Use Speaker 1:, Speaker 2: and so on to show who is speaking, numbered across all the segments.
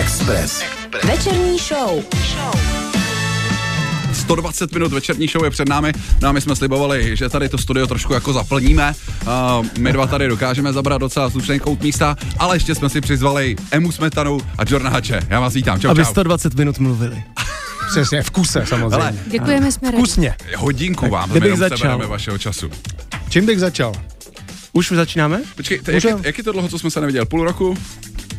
Speaker 1: Express.
Speaker 2: Večerní show.
Speaker 3: 120 minut večerní show je před námi. No a my jsme slibovali, že tady to studio trošku jako zaplníme. Uh, my dva tady dokážeme zabrat docela slušný kout místa, ale ještě jsme si přizvali Emu Smetanu a Jorna Hače. Já vás vítám. Čau,
Speaker 4: Aby
Speaker 3: čau.
Speaker 4: 120 minut mluvili.
Speaker 5: Přesně, v kuse samozřejmě.
Speaker 3: Hele,
Speaker 2: Děkujeme, jsme rádi.
Speaker 5: Vkusně.
Speaker 3: hodinku vám
Speaker 4: kdybych
Speaker 3: jenom
Speaker 4: začal.
Speaker 3: sebereme vašeho času.
Speaker 5: Čím bych začal?
Speaker 4: Už začínáme?
Speaker 3: Počkej, to, jak, je,
Speaker 4: Můžem?
Speaker 3: jak je to dlouho, co jsme se neviděl? Půl roku?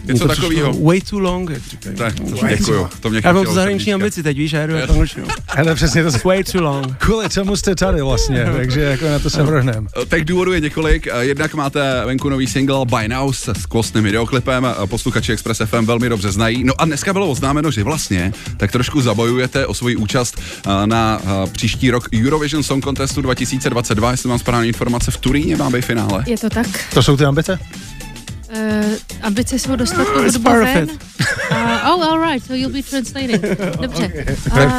Speaker 4: Mně
Speaker 3: Něco
Speaker 4: to přišlo
Speaker 3: takového?
Speaker 4: Way too long, jak říkají.
Speaker 3: Tak, děkuju. To mě
Speaker 4: Já mám
Speaker 3: chytilo
Speaker 4: tu zahraniční
Speaker 3: srdíčka.
Speaker 4: ambici teď, víš, já jedu jako angličtinu.
Speaker 5: Hele, přesně to
Speaker 4: Way too long.
Speaker 5: Kvůli čemu jste tady vlastně, takže jako na to se vrhneme.
Speaker 3: Tak důvodů je několik. Eh, Jednak máte venku nový single By Now se skvostným videoklipem. Eh, Posluchači Express FM velmi dobře znají. No a dneska bylo oznámeno, že vlastně tak trošku zabojujete o svoji účast eh, na eh, příští rok Eurovision Song Contestu 2022. Jestli mám správné informace, v Turíně máme finále.
Speaker 2: Je to tak.
Speaker 5: To jsou ty ambice?
Speaker 2: Uh, ambice jsou dostat tu hudbu
Speaker 4: part of
Speaker 2: ven.
Speaker 4: it.
Speaker 2: Uh, oh, all right, so you'll be translating. Dobře.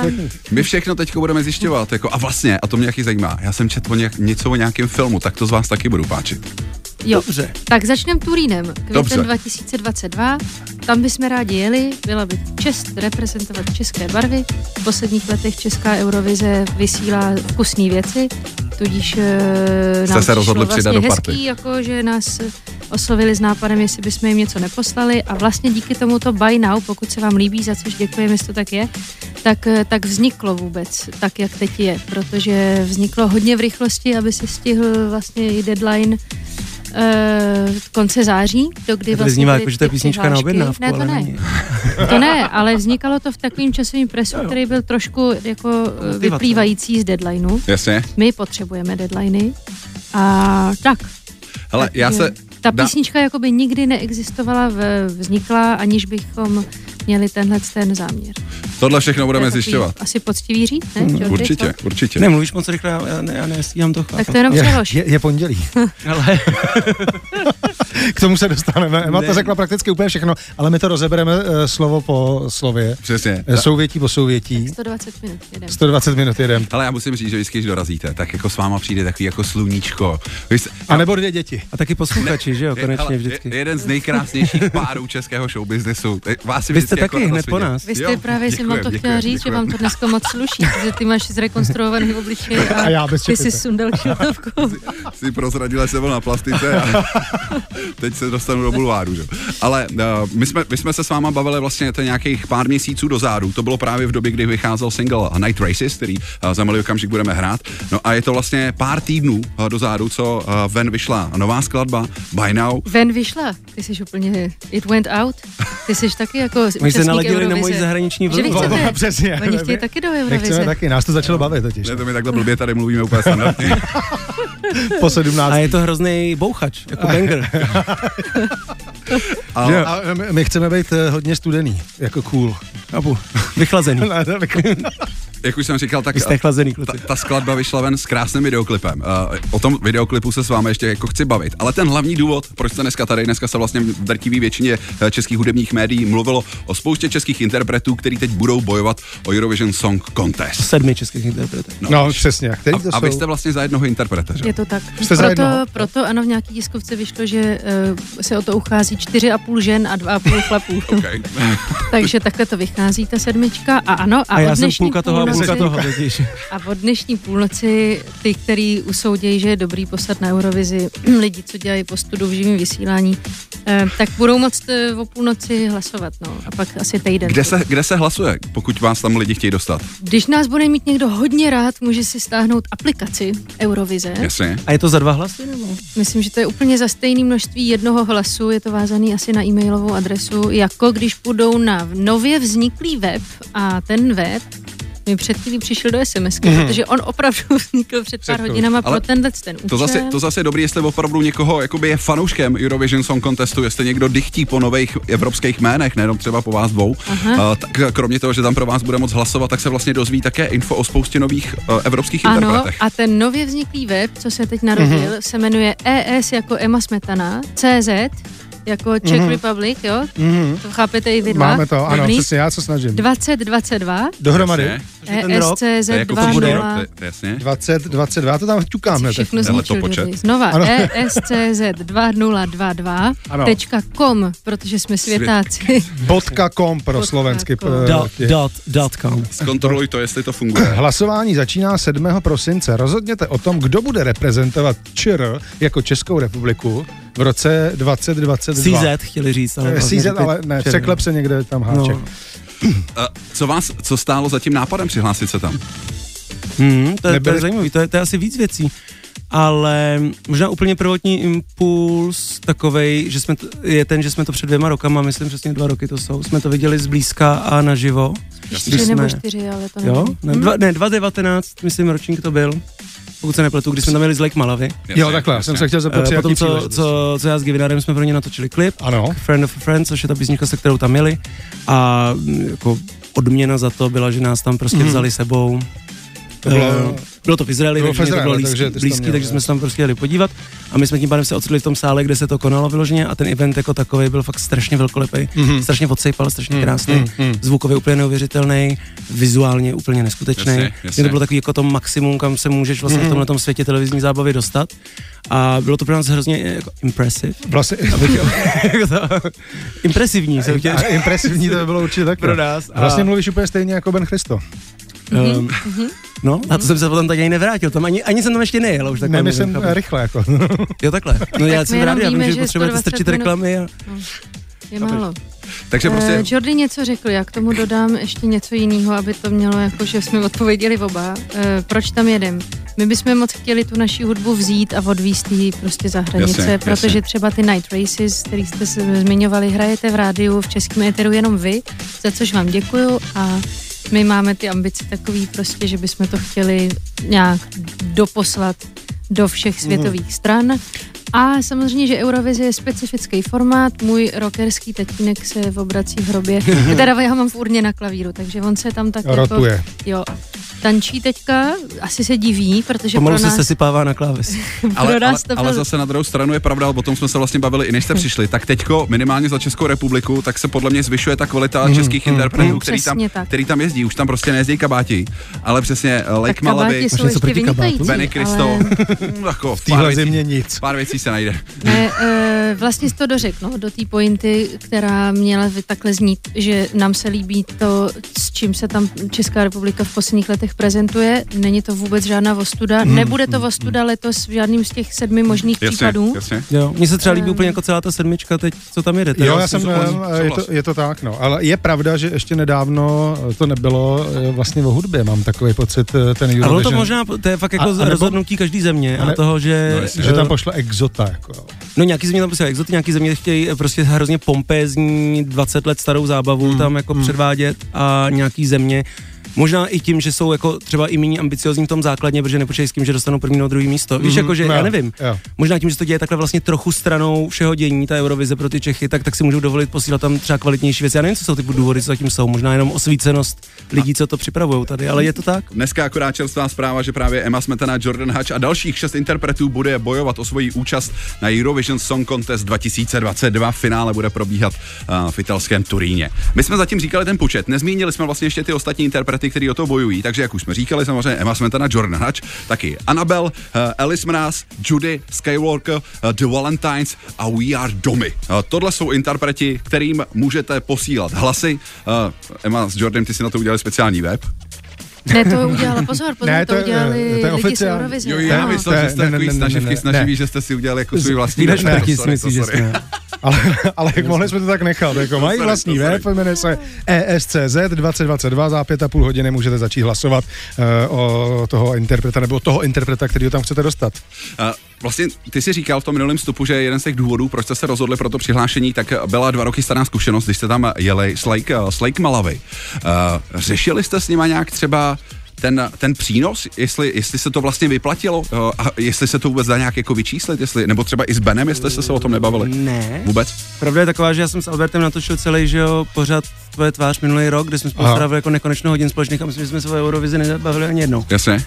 Speaker 2: Um,
Speaker 3: My všechno teď budeme zjišťovat. Jako, a vlastně, a to mě taky zajímá, já jsem četl o nějak, něco o nějakém filmu, tak to z vás taky budu páčit.
Speaker 2: jo.
Speaker 4: Dobře.
Speaker 2: Tak začneme Turínem,
Speaker 3: Dobře.
Speaker 2: květen 2022. Tam bychom rádi jeli, byla by čest reprezentovat české barvy. V posledních letech Česká Eurovize vysílá vkusné věci, tudíž eh,
Speaker 3: Jste
Speaker 2: nám
Speaker 3: se rozhodli
Speaker 2: přišlo
Speaker 3: přidat
Speaker 2: vlastně
Speaker 3: do
Speaker 2: hezký,
Speaker 3: party.
Speaker 2: jako že nás oslovili s nápadem, jestli bychom jim něco neposlali a vlastně díky tomuto buy now, pokud se vám líbí, za což děkujeme, jestli to tak je, tak, eh, tak vzniklo vůbec tak, jak teď je, protože vzniklo hodně v rychlosti, aby se stihl vlastně i deadline eh, konce září, do kdy
Speaker 4: To
Speaker 2: vlastně
Speaker 4: vyznívá
Speaker 2: byly
Speaker 4: jako, že to je
Speaker 2: ty
Speaker 4: písnička na
Speaker 2: přihlášky.
Speaker 4: objednávku,
Speaker 2: Ne, to
Speaker 4: ale
Speaker 2: ne.
Speaker 4: není.
Speaker 2: To ne, ale vznikalo to v takovým časovém presu, který byl trošku jako eh,
Speaker 4: Motivace.
Speaker 2: vyplývající z deadlineu.
Speaker 3: Jasně?
Speaker 2: My potřebujeme deadliney a tak.
Speaker 3: Hele, já se...
Speaker 2: Ta
Speaker 3: dá-
Speaker 2: písnička jakoby nikdy neexistovala, v- vznikla, aniž bychom měli tenhle ten záměr. To je
Speaker 3: Tohle všechno budeme
Speaker 2: takový
Speaker 3: zjišťovat. Hmm,
Speaker 2: Asi poctivý říct, ne? Jordi, co?
Speaker 3: Určitě, určitě.
Speaker 4: Ne, mluvíš moc rychle, já, já, ne- já nestíhám to chápat.
Speaker 2: Tak to jenom
Speaker 5: Je,
Speaker 2: přelož.
Speaker 5: je, je pondělí.
Speaker 4: Ale
Speaker 5: K tomu se dostaneme. Emma
Speaker 4: Ne.
Speaker 5: to řekla prakticky úplně všechno, ale my to rozebereme eh, slovo po slově.
Speaker 3: Přesně.
Speaker 5: Eh, Souvětí po souvětí.
Speaker 2: 120 minut jedem.
Speaker 5: 120 minut jedem.
Speaker 3: Ale já musím říct, že vždycky, když dorazíte, tak jako s váma přijde takový jako sluníčko. Vy jste,
Speaker 5: A nebo dvě děti.
Speaker 4: a taky posluchači, že jo,
Speaker 3: je-
Speaker 4: konečně
Speaker 3: hele, je-
Speaker 4: vždycky.
Speaker 3: jeden z nejkrásnějších párů českého showbiznesu. Eh, Vás je
Speaker 4: Vy
Speaker 3: vždycky
Speaker 4: jste taky
Speaker 3: jako
Speaker 4: hned po
Speaker 3: vidět.
Speaker 4: nás.
Speaker 2: Vy jste
Speaker 3: Jo,
Speaker 2: právě, jsem vám to
Speaker 3: děkujem,
Speaker 2: chtěla
Speaker 3: děkujem,
Speaker 2: říct, že vám to dneska moc sluší, že ty máš zrekonstruovaný obličej a,
Speaker 5: A já bez
Speaker 2: ty jsi
Speaker 5: čepice.
Speaker 2: sundal šiltovku.
Speaker 3: Si prozradila, že jsem byl na plastice a teď se dostanu do bulváru. Že? jo. Ale uh, my, jsme, my jsme se s váma bavili vlastně to je nějakých pár měsíců dozadu. To bylo právě v době, kdy vycházel single eh, Night Races, který uh, za malý okamžik budeme hrát. No a je to vlastně pár týdnů uh, dozadu, co uh, ven vyšla nová skladba By Now.
Speaker 2: Ven vyšla, ty jsi úplně, it went out, ty jsi taky jako
Speaker 4: My se
Speaker 2: účastník
Speaker 4: naladili na
Speaker 2: Eurovize.
Speaker 4: moji zahraniční
Speaker 2: Že vy
Speaker 4: vlnu.
Speaker 2: chcete,
Speaker 5: Přesně.
Speaker 2: Oni chtějí taky do
Speaker 5: My chceme
Speaker 2: Eurovize.
Speaker 5: taky, nás to začalo bavit totiž.
Speaker 3: Ne, to my takhle blbě tady mluvíme úplně standardně.
Speaker 5: Po 17.
Speaker 4: A je to hrozný bouchač, jako banger.
Speaker 3: A,
Speaker 5: Že jo? A my- my chceme být eh, hodně studený, jako cool. No,
Speaker 4: Chápu. Vychlazený.
Speaker 3: jak už jsem říkal, tak
Speaker 4: Vy jste chlazený, kluci.
Speaker 3: ta, ta skladba vyšla ven s krásným videoklipem. Uh, o tom videoklipu se s vámi ještě jako chci bavit. Ale ten hlavní důvod, proč jste dneska tady, dneska se vlastně v drtivé většině eh, českých hudebních médií mluvilo o spoustě českých interpretů, který teď budou bojovat o Eurovision Song Contest.
Speaker 4: Sedmi českých interpretů.
Speaker 5: No, přesně. Který to
Speaker 3: A, a vy
Speaker 5: jsou?
Speaker 3: jste vlastně za jednoho interpreta, že?
Speaker 2: Je to tak.
Speaker 5: Jste no. za
Speaker 2: proto,
Speaker 5: jednoho.
Speaker 2: proto ano, v nějaký tiskovce vyšlo, že uh, se o to uchází čtyři a půl žen a dva a půl chlapů.
Speaker 3: Okay.
Speaker 2: Takže takhle to vychází ta sedmička a ano. A,
Speaker 4: A
Speaker 2: od
Speaker 4: já jsem
Speaker 2: dnešní
Speaker 4: půlka toho a půlka
Speaker 2: půlnoci-
Speaker 4: toho, vidíš.
Speaker 2: A od dnešní půlnoci ty, který usoudějí, že je dobrý posad na Eurovizi, lidi, co dělají po studu v živém vysílání, eh, tak budou moct eh, o půlnoci hlasovat. No. A pak asi týden.
Speaker 3: Kde, se, kde se hlasuje, pokud vás tam lidi chtějí dostat?
Speaker 2: Když nás bude mít někdo hodně rád, může si stáhnout aplikaci Eurovize.
Speaker 3: Jasně.
Speaker 4: A je to za dva hlasy nebo?
Speaker 2: Myslím, že to je úplně za stejné množství jednoho hlasu, je to vázaný asi na e-mailovou adresu, jako když půjdou na nově vzniklý web a ten web mi před chvílí přišel do SMS, mm. protože on opravdu vznikl před pár
Speaker 5: Před-
Speaker 2: hodinama
Speaker 3: Mhm. Ale
Speaker 2: pro tenhle ten účel.
Speaker 3: To zase, to zase je dobrý, jestli opravdu někoho jakoby je fanouškem Eurovision Song Contestu, jestli někdo dychtí po nových evropských jménech, nejenom třeba po vás dvou. Uh,
Speaker 2: Aha.
Speaker 3: tak kromě toho, že tam pro vás bude moc hlasovat, tak se vlastně dozví také info o spoustě nových uh, evropských
Speaker 2: Ano,
Speaker 3: interpretech. Mhm.
Speaker 2: a ten nově E vzniklý web, co se teď narodil, mm-hmm. se jmenuje ES jako Emma Smetana, CZ
Speaker 3: Mhm.
Speaker 2: jako Czech mm-hmm. Republic, jo? Mm-hmm. To chápete i vy dva.
Speaker 5: Máme to, ano,
Speaker 2: Dobrý.
Speaker 5: přesně, já co snažím.
Speaker 2: 2022
Speaker 5: Dohromady.
Speaker 3: Jasně.
Speaker 4: je ten rok,
Speaker 2: ESCZ
Speaker 3: To je jako
Speaker 4: bude.
Speaker 3: fotbalový
Speaker 2: 2022
Speaker 3: rok, to je- to je jasně.
Speaker 5: 20, 22, já to tam ťukáme. tak.
Speaker 2: všechno
Speaker 3: Hele, to
Speaker 2: zničil
Speaker 3: počet.
Speaker 2: dobrý. Znova E
Speaker 5: Ano.
Speaker 2: ESCZ2022.com,
Speaker 5: Ano.
Speaker 2: protože jsme světáci.
Speaker 5: Bodka .com pro
Speaker 2: Bodka
Speaker 5: slovensky.
Speaker 2: com.
Speaker 5: eh,
Speaker 4: Dot,
Speaker 5: ty.
Speaker 4: dot, dot com.
Speaker 3: Zkontroluj to, jestli to funguje.
Speaker 5: Hlasování začíná 7. prosince. Rozhodněte o tom, kdo bude reprezentovat ČR jako Českou republiku v roce 2022.
Speaker 4: CZ chtěli říct.
Speaker 5: Eh,
Speaker 4: Ale vlastně
Speaker 5: CZ, ale ne, překlep se někde tam háček.
Speaker 4: No.
Speaker 3: A Eh, co vás, co stálo za tím nápadem přihlásit se tam?
Speaker 4: Hmm, to, je, to
Speaker 5: Nebyli-
Speaker 4: je zajímavý, to je, to je asi víc věcí. Ale možná úplně prvotní impuls takovej, že jsme to, je ten, že jsme to před dvěma rokama, myslím přesně dva roky to jsou, jsme to viděli zblízka a naživo. Když
Speaker 2: Tři nebo
Speaker 4: jsme-
Speaker 2: čtyři, ale to
Speaker 4: Jo?
Speaker 2: nevím.
Speaker 4: Ne,
Speaker 2: Hm.
Speaker 4: dva, ne, 2019, myslím, ročník to byl, pokud se nepletu, když jsme tam jeli z Lake Malavy.
Speaker 5: Jo, takhle, jsem se chtěl zeptat,
Speaker 4: Eh,
Speaker 5: při jaký
Speaker 4: Potom, co,
Speaker 5: příležitosti.
Speaker 4: co, co já s Givinárem jsme pro ně natočili klip,
Speaker 5: Ano,
Speaker 4: Friend of a Friend, což je ta písnička, se kterou tam jeli. A mm, jako odměna za to byla, že nás tam prostě vzali sebou.
Speaker 5: Mhm. To bylo-
Speaker 4: Eh, bylo to v Izraeli,
Speaker 5: Bylo
Speaker 4: bylo
Speaker 5: v
Speaker 4: takže, mě to bylo
Speaker 5: Izraeli,
Speaker 4: blízký, takže,
Speaker 5: takže ty jsi tam
Speaker 4: blízký,
Speaker 5: měl,
Speaker 4: takže
Speaker 5: jo.
Speaker 4: jsme se tam prostě jeli podívat a my jsme tím pádem se ocitli v tom sále, kde se to konalo vyloženě a ten event jako takový byl fakt strašně velkolepý,
Speaker 5: Mhm.
Speaker 4: mm-hmm. strašně odsejpal, strašně krásný, mm-hmm. zvukově úplně neuvěřitelný, vizuálně úplně neskutečný.
Speaker 3: Jasně, jasně.
Speaker 4: Mě to bylo takový jako to maximum, kam se můžeš vlastně
Speaker 5: Mhm.
Speaker 4: mm-hmm. v tomhle světě televizní zábavy dostat a bylo to pro nás hrozně eh, jako impressive.
Speaker 5: vlastně
Speaker 4: Jako to- Impresivní jsem chtěl
Speaker 5: a impresivní to by bylo určitě tak.
Speaker 4: pro nás. A,
Speaker 5: Vlastně mluvíš úplně stejně jako Ben Christo.
Speaker 4: um, no, a to jsem se potom tak ani nevrátil. Tam ani, ani jsem tam ještě nejel, už takhle.
Speaker 5: Ne, myslím
Speaker 4: mluvím,
Speaker 5: eh,
Speaker 4: chápu.
Speaker 5: rychle jako.
Speaker 4: Jo, takhle. No, já
Speaker 2: Tak
Speaker 4: jsem
Speaker 2: my
Speaker 4: rád,
Speaker 2: jenom
Speaker 4: já vím,
Speaker 2: víme,
Speaker 4: že
Speaker 2: že
Speaker 4: potřebujete
Speaker 2: 120
Speaker 4: strčit
Speaker 2: minut.
Speaker 4: reklamy. A...
Speaker 2: Je málo.
Speaker 3: Takže
Speaker 2: Eh,
Speaker 3: prostě...
Speaker 2: Jordi něco řekl, já k tomu dodám ještě něco jiného, aby to mělo jako, že jsme odpověděli oba. Eh, proč tam jedem? My bychom moc chtěli tu naši hudbu vzít a odvíst ji prostě za hranice,
Speaker 3: Jasně,
Speaker 2: protože
Speaker 3: jasně.
Speaker 2: třeba ty Night Races, který jste se zmiňovali, hrajete v rádiu, v českém éteru jenom vy, za což vám děkuju a my máme ty ambice takový prostě, že bychom to chtěli nějak doposlat do
Speaker 4: Mhm.
Speaker 2: všech světových stran. A samozřejmě, že Eurovize je specifický formát. Můj rockerský tatínek se obrací v hrobě.
Speaker 4: Mhm.
Speaker 2: Teda já ho mám v urně na klavíru, takže on se tam tak jako...
Speaker 5: Rotuje.
Speaker 2: Jo. Tančí teďka, asi se diví, protože
Speaker 4: Pomalu
Speaker 2: pro
Speaker 4: se
Speaker 2: nás,
Speaker 4: sesypává na kláves.
Speaker 3: Ale,
Speaker 2: pro
Speaker 3: ale,
Speaker 2: nás to Hm.
Speaker 3: ale
Speaker 2: byl-
Speaker 3: zase na druhou stranu je pravda, o tom jsme se vlastně bavili i než jste přišli, tak teďko minimálně za Českou republiku, tak se podle mě zvyšuje ta kvalita českých interpretů, který tam,
Speaker 2: Hm, Přesně tak.
Speaker 3: který tam jezdí, už tam prostě nejezdí kabáti, ale přesně eh,
Speaker 2: tak
Speaker 3: Lake Malaby,
Speaker 2: kabáti jsou
Speaker 4: Možná se
Speaker 2: ještě
Speaker 4: proti kabátům?
Speaker 2: vynikající.
Speaker 3: Benny Kristo,
Speaker 2: ale-
Speaker 3: jako pár
Speaker 5: Týhle
Speaker 3: věcí,
Speaker 5: zimě nic.
Speaker 3: pár věcí se najde.
Speaker 2: Ne, e, vlastně jsi to dořekl, no, do té pointy, která měla vy- takhle znít, že nám se líbí to, s čím se tam Česká republika v posledních letech prezentuje. Není to vůbec žádná vostuda. Hmm, Nebude to vostuda letos v žádným z těch sedmi možných
Speaker 3: Jasně,
Speaker 2: případů.
Speaker 3: jasně.
Speaker 4: Jo, mně se třeba líbí
Speaker 2: Ehm.
Speaker 4: úplně jako celá ta sedmička teď, co tam jede. vlastně teda
Speaker 5: Jo, já
Speaker 4: s tím
Speaker 5: jsem,
Speaker 4: souhlasím.
Speaker 5: eh, je to, je to tak, no. Ale je pravda, že ještě nedávno eh, to nebylo eh, vlastně o hudbě, mám takový pocit eh, ten
Speaker 4: Ale ono to
Speaker 5: Eurovision.
Speaker 4: možná, to je fakt
Speaker 5: A-
Speaker 4: jako
Speaker 5: a nebo-
Speaker 4: rozhodnutí každý země
Speaker 5: A
Speaker 4: a
Speaker 5: ne-
Speaker 4: toho, že...
Speaker 3: No, jasně.
Speaker 5: Že tam
Speaker 4: eh,
Speaker 5: pošle exota, jako. jo.
Speaker 4: No nějaký země tam prostě exoty, nějaký země chtějí eh, prostě hrozně pompézní 20 let starou zábavu
Speaker 3: Hmm.
Speaker 4: mm, tam jako mm. předvádět a nějaký země Možná i tím, že jsou jako třeba i méně ambiciozní v tom základně, protože nepočítají s tím, že dostanou první nebo druhý místo. Víš,
Speaker 3: Hmm,
Speaker 5: Mhm,
Speaker 4: jako, že
Speaker 5: no,
Speaker 4: já nevím.
Speaker 5: jo.
Speaker 4: Možná tím, že se to děje takhle vlastně trochu stranou všeho dění, ta Eurovize pro ty Čechy, tak, tak si můžou dovolit posílat tam třeba kvalitnější věci. Já nevím, co jsou ty důvody, co zatím jsou. Možná jenom osvícenost lidí, co to připravují tady, ale je to tak.
Speaker 3: Dneska akorát čerstvá zpráva, že právě Emma Smetana, Jordan Hutch a dalších šest interpretů bude bojovat o svoji účast na Eurovision Song Contest 2022. Finále bude probíhat uh, v italském Turíně. My jsme zatím říkali ten počet, nezmínili jsme vlastně ještě ty ostatní interprety, kteří o to bojují. Takže jak už jsme říkali, samozřejmě Emma Smetana, Jordan Hutch, taky Annabel, uh, Alice Mraz, Judy, Skywalker, uh, The Valentines a We Are Domy. Uh, tohle jsou interpreti, kterým můžete posílat hlasy. Uh, Emma s Jordanem, ty si na to udělali speciální web.
Speaker 2: Ne, to udělala, pozor, pozor,
Speaker 5: Ne,
Speaker 2: to,
Speaker 5: to je-
Speaker 2: udělali
Speaker 5: to je
Speaker 2: lidi
Speaker 5: oficiální.
Speaker 2: z Eurovize.
Speaker 3: Jo, já
Speaker 5: No.
Speaker 2: ano.
Speaker 3: myslel,
Speaker 5: Ne,
Speaker 3: že jste
Speaker 5: ne,
Speaker 3: takový
Speaker 5: ne, ne, ne,
Speaker 3: snaživky,
Speaker 5: ne.
Speaker 3: snaživý, že jste si udělali jako svůj vlastní
Speaker 4: Výdačné
Speaker 3: web.
Speaker 4: taky
Speaker 3: To
Speaker 4: si
Speaker 3: sorry,
Speaker 4: myslí,
Speaker 3: to
Speaker 4: že
Speaker 3: sorry.
Speaker 4: jsme.
Speaker 5: Ale, ale jak mohli jsme to tak nechat, jako mají
Speaker 3: sorry,
Speaker 5: vlastní
Speaker 3: to sorry.
Speaker 5: web, jmenuje se E ESCZ 2022, za pět a půl hodiny můžete začít hlasovat eh, o toho interpreta, nebo toho interpreta, který ho tam chcete dostat.
Speaker 3: A Vlastně ty si říkal v tom minulém vstupu, že jeden z těch důvodů, proč jste se rozhodli pro to přihlášení, tak byla dva roky stará zkušenost, když jste tam jeli s Lake, eh, s Lake Malavy. Uh, řešili jste s nima nějak třeba ten, ten přínos, jestli, jestli se to vlastně vyplatilo uh, a jestli se to vůbec dá nějak jako vyčíslit, jestli, nebo třeba i s Benem, jestli jste se o tom nebavili?
Speaker 4: Ne.
Speaker 3: Vůbec?
Speaker 4: Pravda je taková, že já jsem s Albertem natočil celý, že jo, pořád tvoje tvář minulý rok, kde jsme spolu
Speaker 5: Aha.
Speaker 4: strávili jako nekonečno hodin společných a myslím, že jsme se o Eurovizi nezabavili ani jednou.
Speaker 3: Jasně.
Speaker 2: Hm.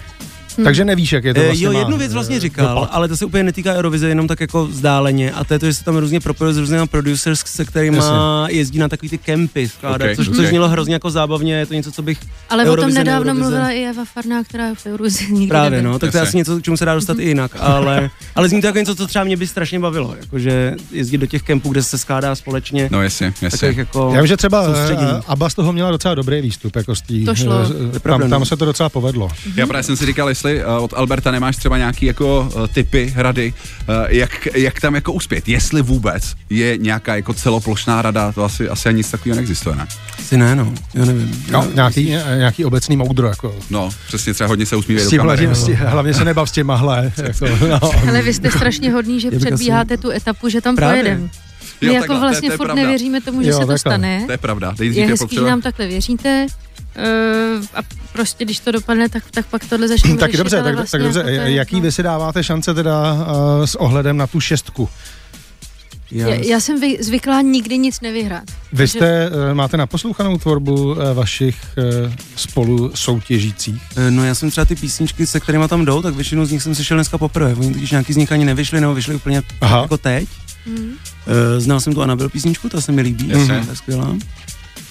Speaker 5: Hmm. Takže nevíš, jak je to
Speaker 4: Eh,
Speaker 5: vlastně
Speaker 4: jo,
Speaker 5: má
Speaker 4: jednu věc vlastně říkal,
Speaker 5: dopad.
Speaker 4: ale to se úplně netýká Eurovize, jenom tak jako vzdáleně. A to je to, že se tam různě propojil s různými producers, se kterými
Speaker 5: Jasně.
Speaker 4: jezdí na takový ty kempy vkládat,
Speaker 3: Ok,
Speaker 4: což,
Speaker 3: ok.
Speaker 4: což znělo hrozně jako zábavně, je to něco, co bych
Speaker 2: Ale o tom
Speaker 4: Eurovize,
Speaker 2: nedávno
Speaker 4: Neurovize.
Speaker 2: mluvila i Eva Farná, která je v Eurovizi nikdy
Speaker 4: Právě,
Speaker 2: nebyla.
Speaker 4: no, tak to je
Speaker 3: Jasně.
Speaker 4: asi něco, k čemu se dá dostat i jinak, ale, ale zní to jako něco, co třeba mě by strašně bavilo, jakože jezdit do těch kempů, kde se skládá společně, no,
Speaker 3: No jasně,
Speaker 4: takových
Speaker 3: jasně.
Speaker 4: jako...
Speaker 5: Já vím, že třeba
Speaker 4: soustředění.
Speaker 5: eh, Abba z toho měla docela dobrý výstup, jako z tý,
Speaker 2: To šlo.
Speaker 5: eh,
Speaker 4: pravda,
Speaker 5: tam, tam
Speaker 4: no.
Speaker 5: se to docela povedlo.
Speaker 3: Já právě jsem si říkal, jestli uh, od Alberta nemáš třeba nějaký jako uh, typy, rady, uh, jak, jak tam jako uspět, jestli vůbec je nějaká jako celoplošná rada, to asi, asi nic takového neexistuje, ne?
Speaker 4: Asi ne, no, já nevím.
Speaker 5: No,
Speaker 4: Já-
Speaker 5: nějaký, ně- nějaký obecný moudro, jako.
Speaker 3: No, přesně, třeba hodně se usmívej
Speaker 5: S
Speaker 3: do
Speaker 5: tím
Speaker 3: kamery.
Speaker 5: hlavně, s tím, hlavně se nebav s těmahle. Jako, no.
Speaker 2: Ale vy jste strašně hodní, že
Speaker 4: bych asi-
Speaker 2: předbíháte tu etapu, že tam
Speaker 4: Právě.
Speaker 2: pojedem. My
Speaker 3: Jo,
Speaker 2: jako
Speaker 3: takhle, to je-
Speaker 2: vlastně
Speaker 3: to je
Speaker 2: furt
Speaker 3: pravda.
Speaker 2: nevěříme tomu, že
Speaker 5: Jo,
Speaker 2: se to
Speaker 5: takhle.
Speaker 2: stane.
Speaker 3: To je pravda, nejdřív
Speaker 2: Je
Speaker 3: je
Speaker 2: hezký, že
Speaker 3: potřeba...
Speaker 2: nám takhle věříte. Uh, a prostě, když to dopadne, tak, tak pak tohle začneme
Speaker 5: Tak
Speaker 2: řešit,
Speaker 5: dobře,
Speaker 2: ale
Speaker 5: tak,
Speaker 2: vlastně
Speaker 5: tak dobře.
Speaker 2: jako to je-
Speaker 5: Jaký
Speaker 2: no.
Speaker 5: vy si dáváte šance teda uh, s ohledem na tu šestku?
Speaker 4: já-
Speaker 2: Já, já jsem vy, zvyklá nikdy nic nevyhrát.
Speaker 5: Vy jste, uh, máte naposlouchanou tvorbu uh, vašich uh, spolu soutěžících?
Speaker 4: Eh, No já jsem třeba ty písničky, se kterými tam jdou, tak většinu z nich jsem slyšel dneska poprvé. Oni totiž nějaký z nich ani nevyšli, nebo vyšli úplně
Speaker 3: No.
Speaker 5: Aha.
Speaker 4: Aha. jako teď.
Speaker 5: Mhm.
Speaker 2: Mm.
Speaker 4: Eh, Znal jsem tu Anabel písničku, ta se mi líbí,
Speaker 3: Jasně.
Speaker 4: ta je skvělá.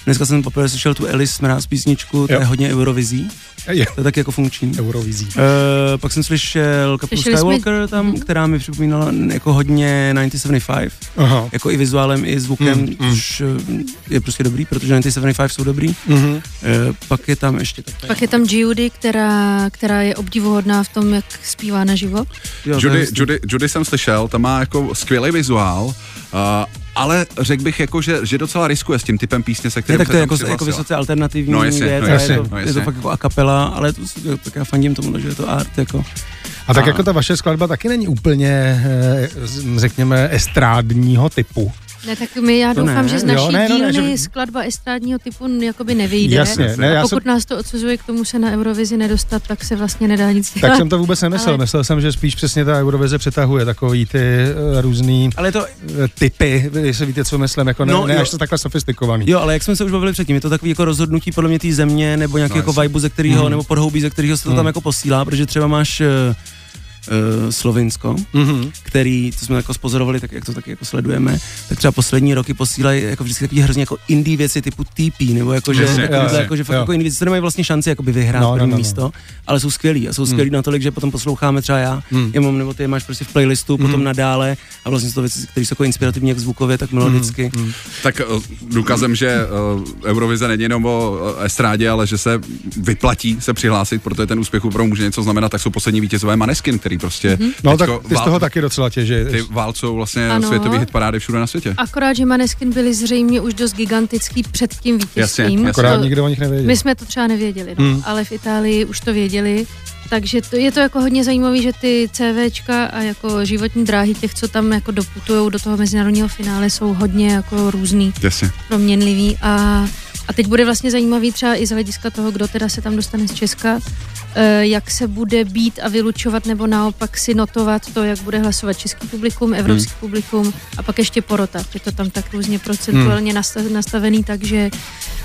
Speaker 4: Dneska jsem poprvé slyšel tu Elis Mráz písničku, ta
Speaker 5: Jo.
Speaker 4: je hodně eurovizí,
Speaker 5: Je,
Speaker 4: to je tak jako funkční.
Speaker 5: Eurovizí.
Speaker 4: Eh, pak jsem slyšel kapelu
Speaker 2: Slyšeli jsme-
Speaker 4: Skywalker tam,
Speaker 2: Mhm.
Speaker 4: která mi připomínala jako hodně 1975,
Speaker 5: Aha.
Speaker 4: jako i vizuálem, i zvukem,
Speaker 3: Mhm,
Speaker 5: Mm, mm.
Speaker 4: což eh, je prostě dobrý, protože 1975 jsou dobrý.
Speaker 5: Mhm.
Speaker 4: Eh, pak je tam ještě tak.
Speaker 2: Pak je tam Judy, která, která je obdivuhodná v tom, jak zpívá na živo.
Speaker 4: Jo, to je
Speaker 3: Judy,
Speaker 4: hezký.
Speaker 3: Judy, Judy jsem slyšel, ta má jako skvělý vizuál, uh, ale řekl bych jako, že, že docela riskuje s tím typem písně, se
Speaker 4: Ne,
Speaker 3: kterým
Speaker 4: tak
Speaker 3: se
Speaker 4: to je
Speaker 3: tam
Speaker 4: jako, jako
Speaker 3: přihlásila.
Speaker 4: vysoce alternativní
Speaker 3: No jasně,
Speaker 4: věc,
Speaker 3: no
Speaker 4: a
Speaker 5: jasně,
Speaker 4: je, to,
Speaker 3: no
Speaker 4: je
Speaker 3: jasně.
Speaker 4: to fakt jako a kapela, ale to, tak já fandím tomu, že je to art, jako.
Speaker 5: A tak
Speaker 4: A-
Speaker 5: jako ta vaše skladba taky není úplně, eh, z- řekněme, estrádního typu.
Speaker 2: Ne, tak my, já
Speaker 4: To
Speaker 2: doufám,
Speaker 4: ne.
Speaker 2: že z
Speaker 5: Jo,
Speaker 2: naší
Speaker 5: ne, no ne,
Speaker 2: dílny
Speaker 5: že-
Speaker 2: skladba estrádního typu jakoby nevyjde.
Speaker 5: Jasně, ne,
Speaker 2: A
Speaker 5: já jsem,
Speaker 2: pokud nás to odsuzuje k tomu se na Eurovizi nedostat, tak se vlastně nedá nic dělat.
Speaker 5: tak jsem to vůbec nemyslel.
Speaker 2: Ale-
Speaker 5: Myslel jsem, že spíš přesně ta Eurovize přetahuje takový ty eh, různý
Speaker 4: Ale je to,
Speaker 5: eh, typy, vy- jestli víte, co myslím, jako ne, no,
Speaker 4: No,
Speaker 5: ne
Speaker 4: jo.
Speaker 5: až to takhle sofistikovaný.
Speaker 4: jo, ale jak jsme se už bavili předtím, je to takový jako rozhodnutí podle mě té země, nebo nějaký
Speaker 3: No,
Speaker 4: no, jako
Speaker 3: jasně. Hmm.
Speaker 4: vibe, ze kterého,
Speaker 5: Mhm.
Speaker 4: mm. nebo podhoubí, ze kterého se to
Speaker 5: Mhm.
Speaker 4: mm. tam jako posílá, protože třeba máš uh, uh, Slovinsko,
Speaker 5: Mhm.
Speaker 4: který, co jsme jako spozorovali, tak jak to taky jako sledujeme, tak třeba poslední roky posílají jako vždycky takový hrozně jako indie věci typu TP, nebo jako že,
Speaker 3: Jasně,
Speaker 4: jasně,
Speaker 5: jasně.
Speaker 4: jako, že fakt
Speaker 5: Jo.
Speaker 4: jako indie věci, co nemají vlastně šanci jakoby vyhrát
Speaker 5: No, no,
Speaker 4: no, první
Speaker 5: no, Hmm.
Speaker 4: no,
Speaker 5: no.
Speaker 4: místo, ale jsou skvělí a jsou skvělí mm. natolik, že potom posloucháme třeba já,
Speaker 5: Mm.
Speaker 4: mm. je mám, nebo ty je máš prostě v playlistu,
Speaker 5: Hmm.
Speaker 4: mm. potom nadále a vlastně jsou to věci, které jsou jako inspirativní jak zvukově, tak melodicky.
Speaker 5: Hmm,
Speaker 4: Mm.
Speaker 3: Tak eh, důkazem, že eh, Eurovize není jenom o eh, estrádě, ale že se vyplatí se přihlásit, protože ten úspěch opravdu může něco znamenat, tak jsou poslední vítězové Maneskin, který prostě
Speaker 5: No tak
Speaker 3: teďko
Speaker 5: ty z
Speaker 3: vál-
Speaker 5: toho taky docela těžíš.
Speaker 3: ty válcou vlastně
Speaker 2: Ano.
Speaker 3: světový hit parády všude na světě.
Speaker 2: Akorát, že Maneskin byli zřejmě už dost gigantický před tím vítězstvím.
Speaker 3: Jasně, jasně.
Speaker 5: Akorát
Speaker 2: To-
Speaker 5: nikdo o nich nevěděl.
Speaker 2: No, My jsme to třeba nevěděli, no,
Speaker 5: Hmm.
Speaker 2: ale v Itálii už to věděli. Takže to, je to jako hodně zajímavé, že ty CVčka a jako životní dráhy těch, co tam jako doputují do toho mezinárodního finále, jsou hodně jako různý,
Speaker 3: Jasně.
Speaker 2: proměnlivý a, a teď bude vlastně zajímavý třeba i z hlediska toho, kdo teda se tam dostane z Česka, eh, jak se bude být a vylučovat nebo naopak si notovat to, jak bude hlasovat český publikum, evropský hmm. publikum a pak ještě porota. Je to tam tak různě procentuálně hmm. nasta- nastavený, takže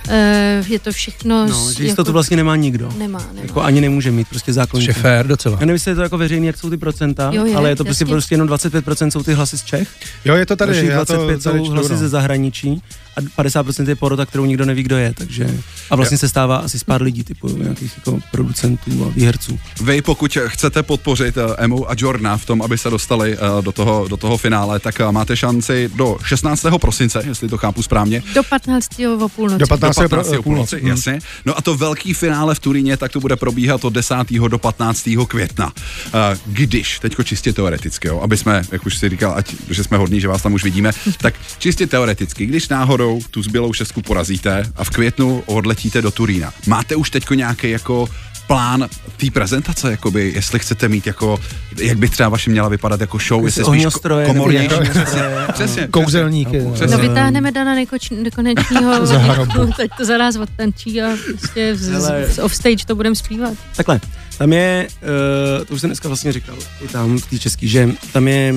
Speaker 2: eh, je to všechno...
Speaker 4: No,
Speaker 2: z- jako
Speaker 4: že jistotu vlastně nemá nikdo.
Speaker 2: Nemá, nemá.
Speaker 4: Jako ani nemůže mít prostě zákonitě.
Speaker 5: fér docela.
Speaker 4: Já nevím, jestli je to jako veřejný, jak jsou ty procenta,
Speaker 2: Jo, je,
Speaker 4: ale je to prostě,
Speaker 2: jasně.
Speaker 4: prostě jenom 25% jsou ty hlasy z Čech.
Speaker 5: Jo, je to tady,
Speaker 4: Dalších
Speaker 5: já to
Speaker 4: 25
Speaker 5: tady
Speaker 4: jsou
Speaker 5: čtu,
Speaker 4: hlasy
Speaker 5: no.
Speaker 4: ze zahraničí a 50% je porota, kterou nikdo neví, kdo je. Takže a vlastně se stává asi z pár lidí, typu nějakých jako producentů a výherců.
Speaker 3: Vy, pokud chcete podpořit eh, Emu a Jorna v tom, aby se dostali eh, do toho, do toho finále, tak eh, máte šanci do 16. prosince, jestli to chápu správně,
Speaker 2: Do 15. o půlnoci.
Speaker 5: Do 15.
Speaker 3: do 15.
Speaker 5: pro-
Speaker 3: o půlnoci,
Speaker 5: půlnoci,
Speaker 3: jasně. No a to velký finále v Turíně, tak to bude probíhat od 10. do 15. května. Eh, Když, teďko čistě teoreticky, jo, aby jsme, jak už si říkal, ať, že jsme hodní, že vás tam už vidíme, tak čistě teoreticky, když náhodou tu zbylou šestku porazíte a v květnu odletíte do Turína, máte už teďko nějaký jako plán té prezentace, jakoby, jestli chcete mít jako, jak by třeba vaše měla vypadat jako show, jestli spíš
Speaker 4: ohňostroje,
Speaker 3: ko- komorní,
Speaker 4: nebo nějaké
Speaker 3: přesně,
Speaker 4: ohňostroje,
Speaker 3: přesně,
Speaker 5: Kouzelníky.
Speaker 2: No
Speaker 3: přesně.
Speaker 2: vytáhneme Dana Nekoč- nekonečního,
Speaker 5: Za hrobu.
Speaker 2: teď to za nás odtančí a prostě v,
Speaker 4: Hele.
Speaker 2: z, z offstage to budeme zpívat.
Speaker 4: Takhle, tam je, eh, to už jsem dneska vlastně říkal, i tam v té český, že tam je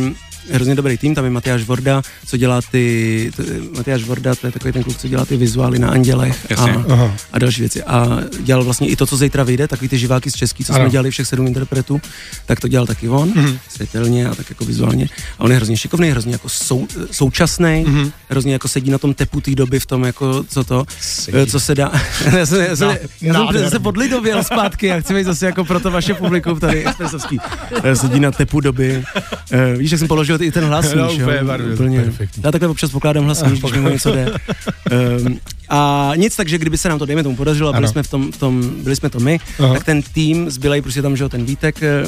Speaker 4: hrozně dobrý tým, tam je Matyáš Vorda, co dělá ty, t, Matyáš Vorda, to je takový ten kluk, co dělá ty vizuály na Andělech
Speaker 3: Jasně.
Speaker 4: a,
Speaker 5: Aha.
Speaker 4: a další věci. A dělal vlastně i to, co zítra vyjde, takový ty živáky z Český, co
Speaker 5: Ano.
Speaker 4: jsme dělali všech sedm interpretů, tak to dělal taky on,
Speaker 5: Mhm.
Speaker 4: mm-hmm. světelně a tak jako vizuálně. A on je hrozně šikovný, hrozně jako sou, současný,
Speaker 5: Mhm.
Speaker 4: mm-hmm. hrozně jako sedí na tom tepu té doby v tom, jako co to,
Speaker 1: Sedí.
Speaker 4: co se dá. já jsem, já jsem, já jsem
Speaker 1: Nádherný.
Speaker 4: zase pod lidověl zpátky, já chci být zase jako pro to vaše publikum tady, expresovský. Eh, Sedí na tepu doby. Eh, Víš, jak jsem položil i ten hlas,
Speaker 5: No,
Speaker 4: smíš,
Speaker 5: úplně barvě, perfektní.
Speaker 4: Já takhle občas pokládám hlas, smíš, když mi o něco jde. Ehm, a nic, takže kdyby se nám to, dejme tomu, podařilo, a byli
Speaker 5: Ano.
Speaker 4: jsme, v tom, v tom, byli jsme to my,
Speaker 5: Aha.
Speaker 4: tak ten tým, zbylej prostě tam, že jo, ten Vítek, eh,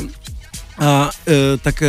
Speaker 4: a eh, tak eh,